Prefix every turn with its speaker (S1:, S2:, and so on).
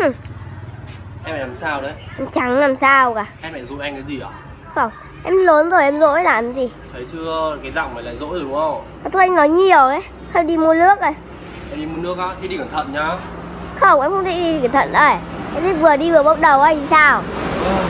S1: Em phải làm sao đấy?
S2: Em trắng làm sao cả
S1: Em phải dụ anh cái gì à?
S2: Không Em lớn rồi em dỗi làm gì
S1: Thấy chưa? Cái giọng mày là dỗi rồi đúng không?
S2: Mà Thôi anh nói nhiều đấy Thôi đi mua nước này
S1: Em đi mua nước á, thế đi cẩn thận nhá.
S2: Không em không đi đi cẩn thận đây Em đi vừa đi vừa bốc đầu anh thì sao
S1: Ờ.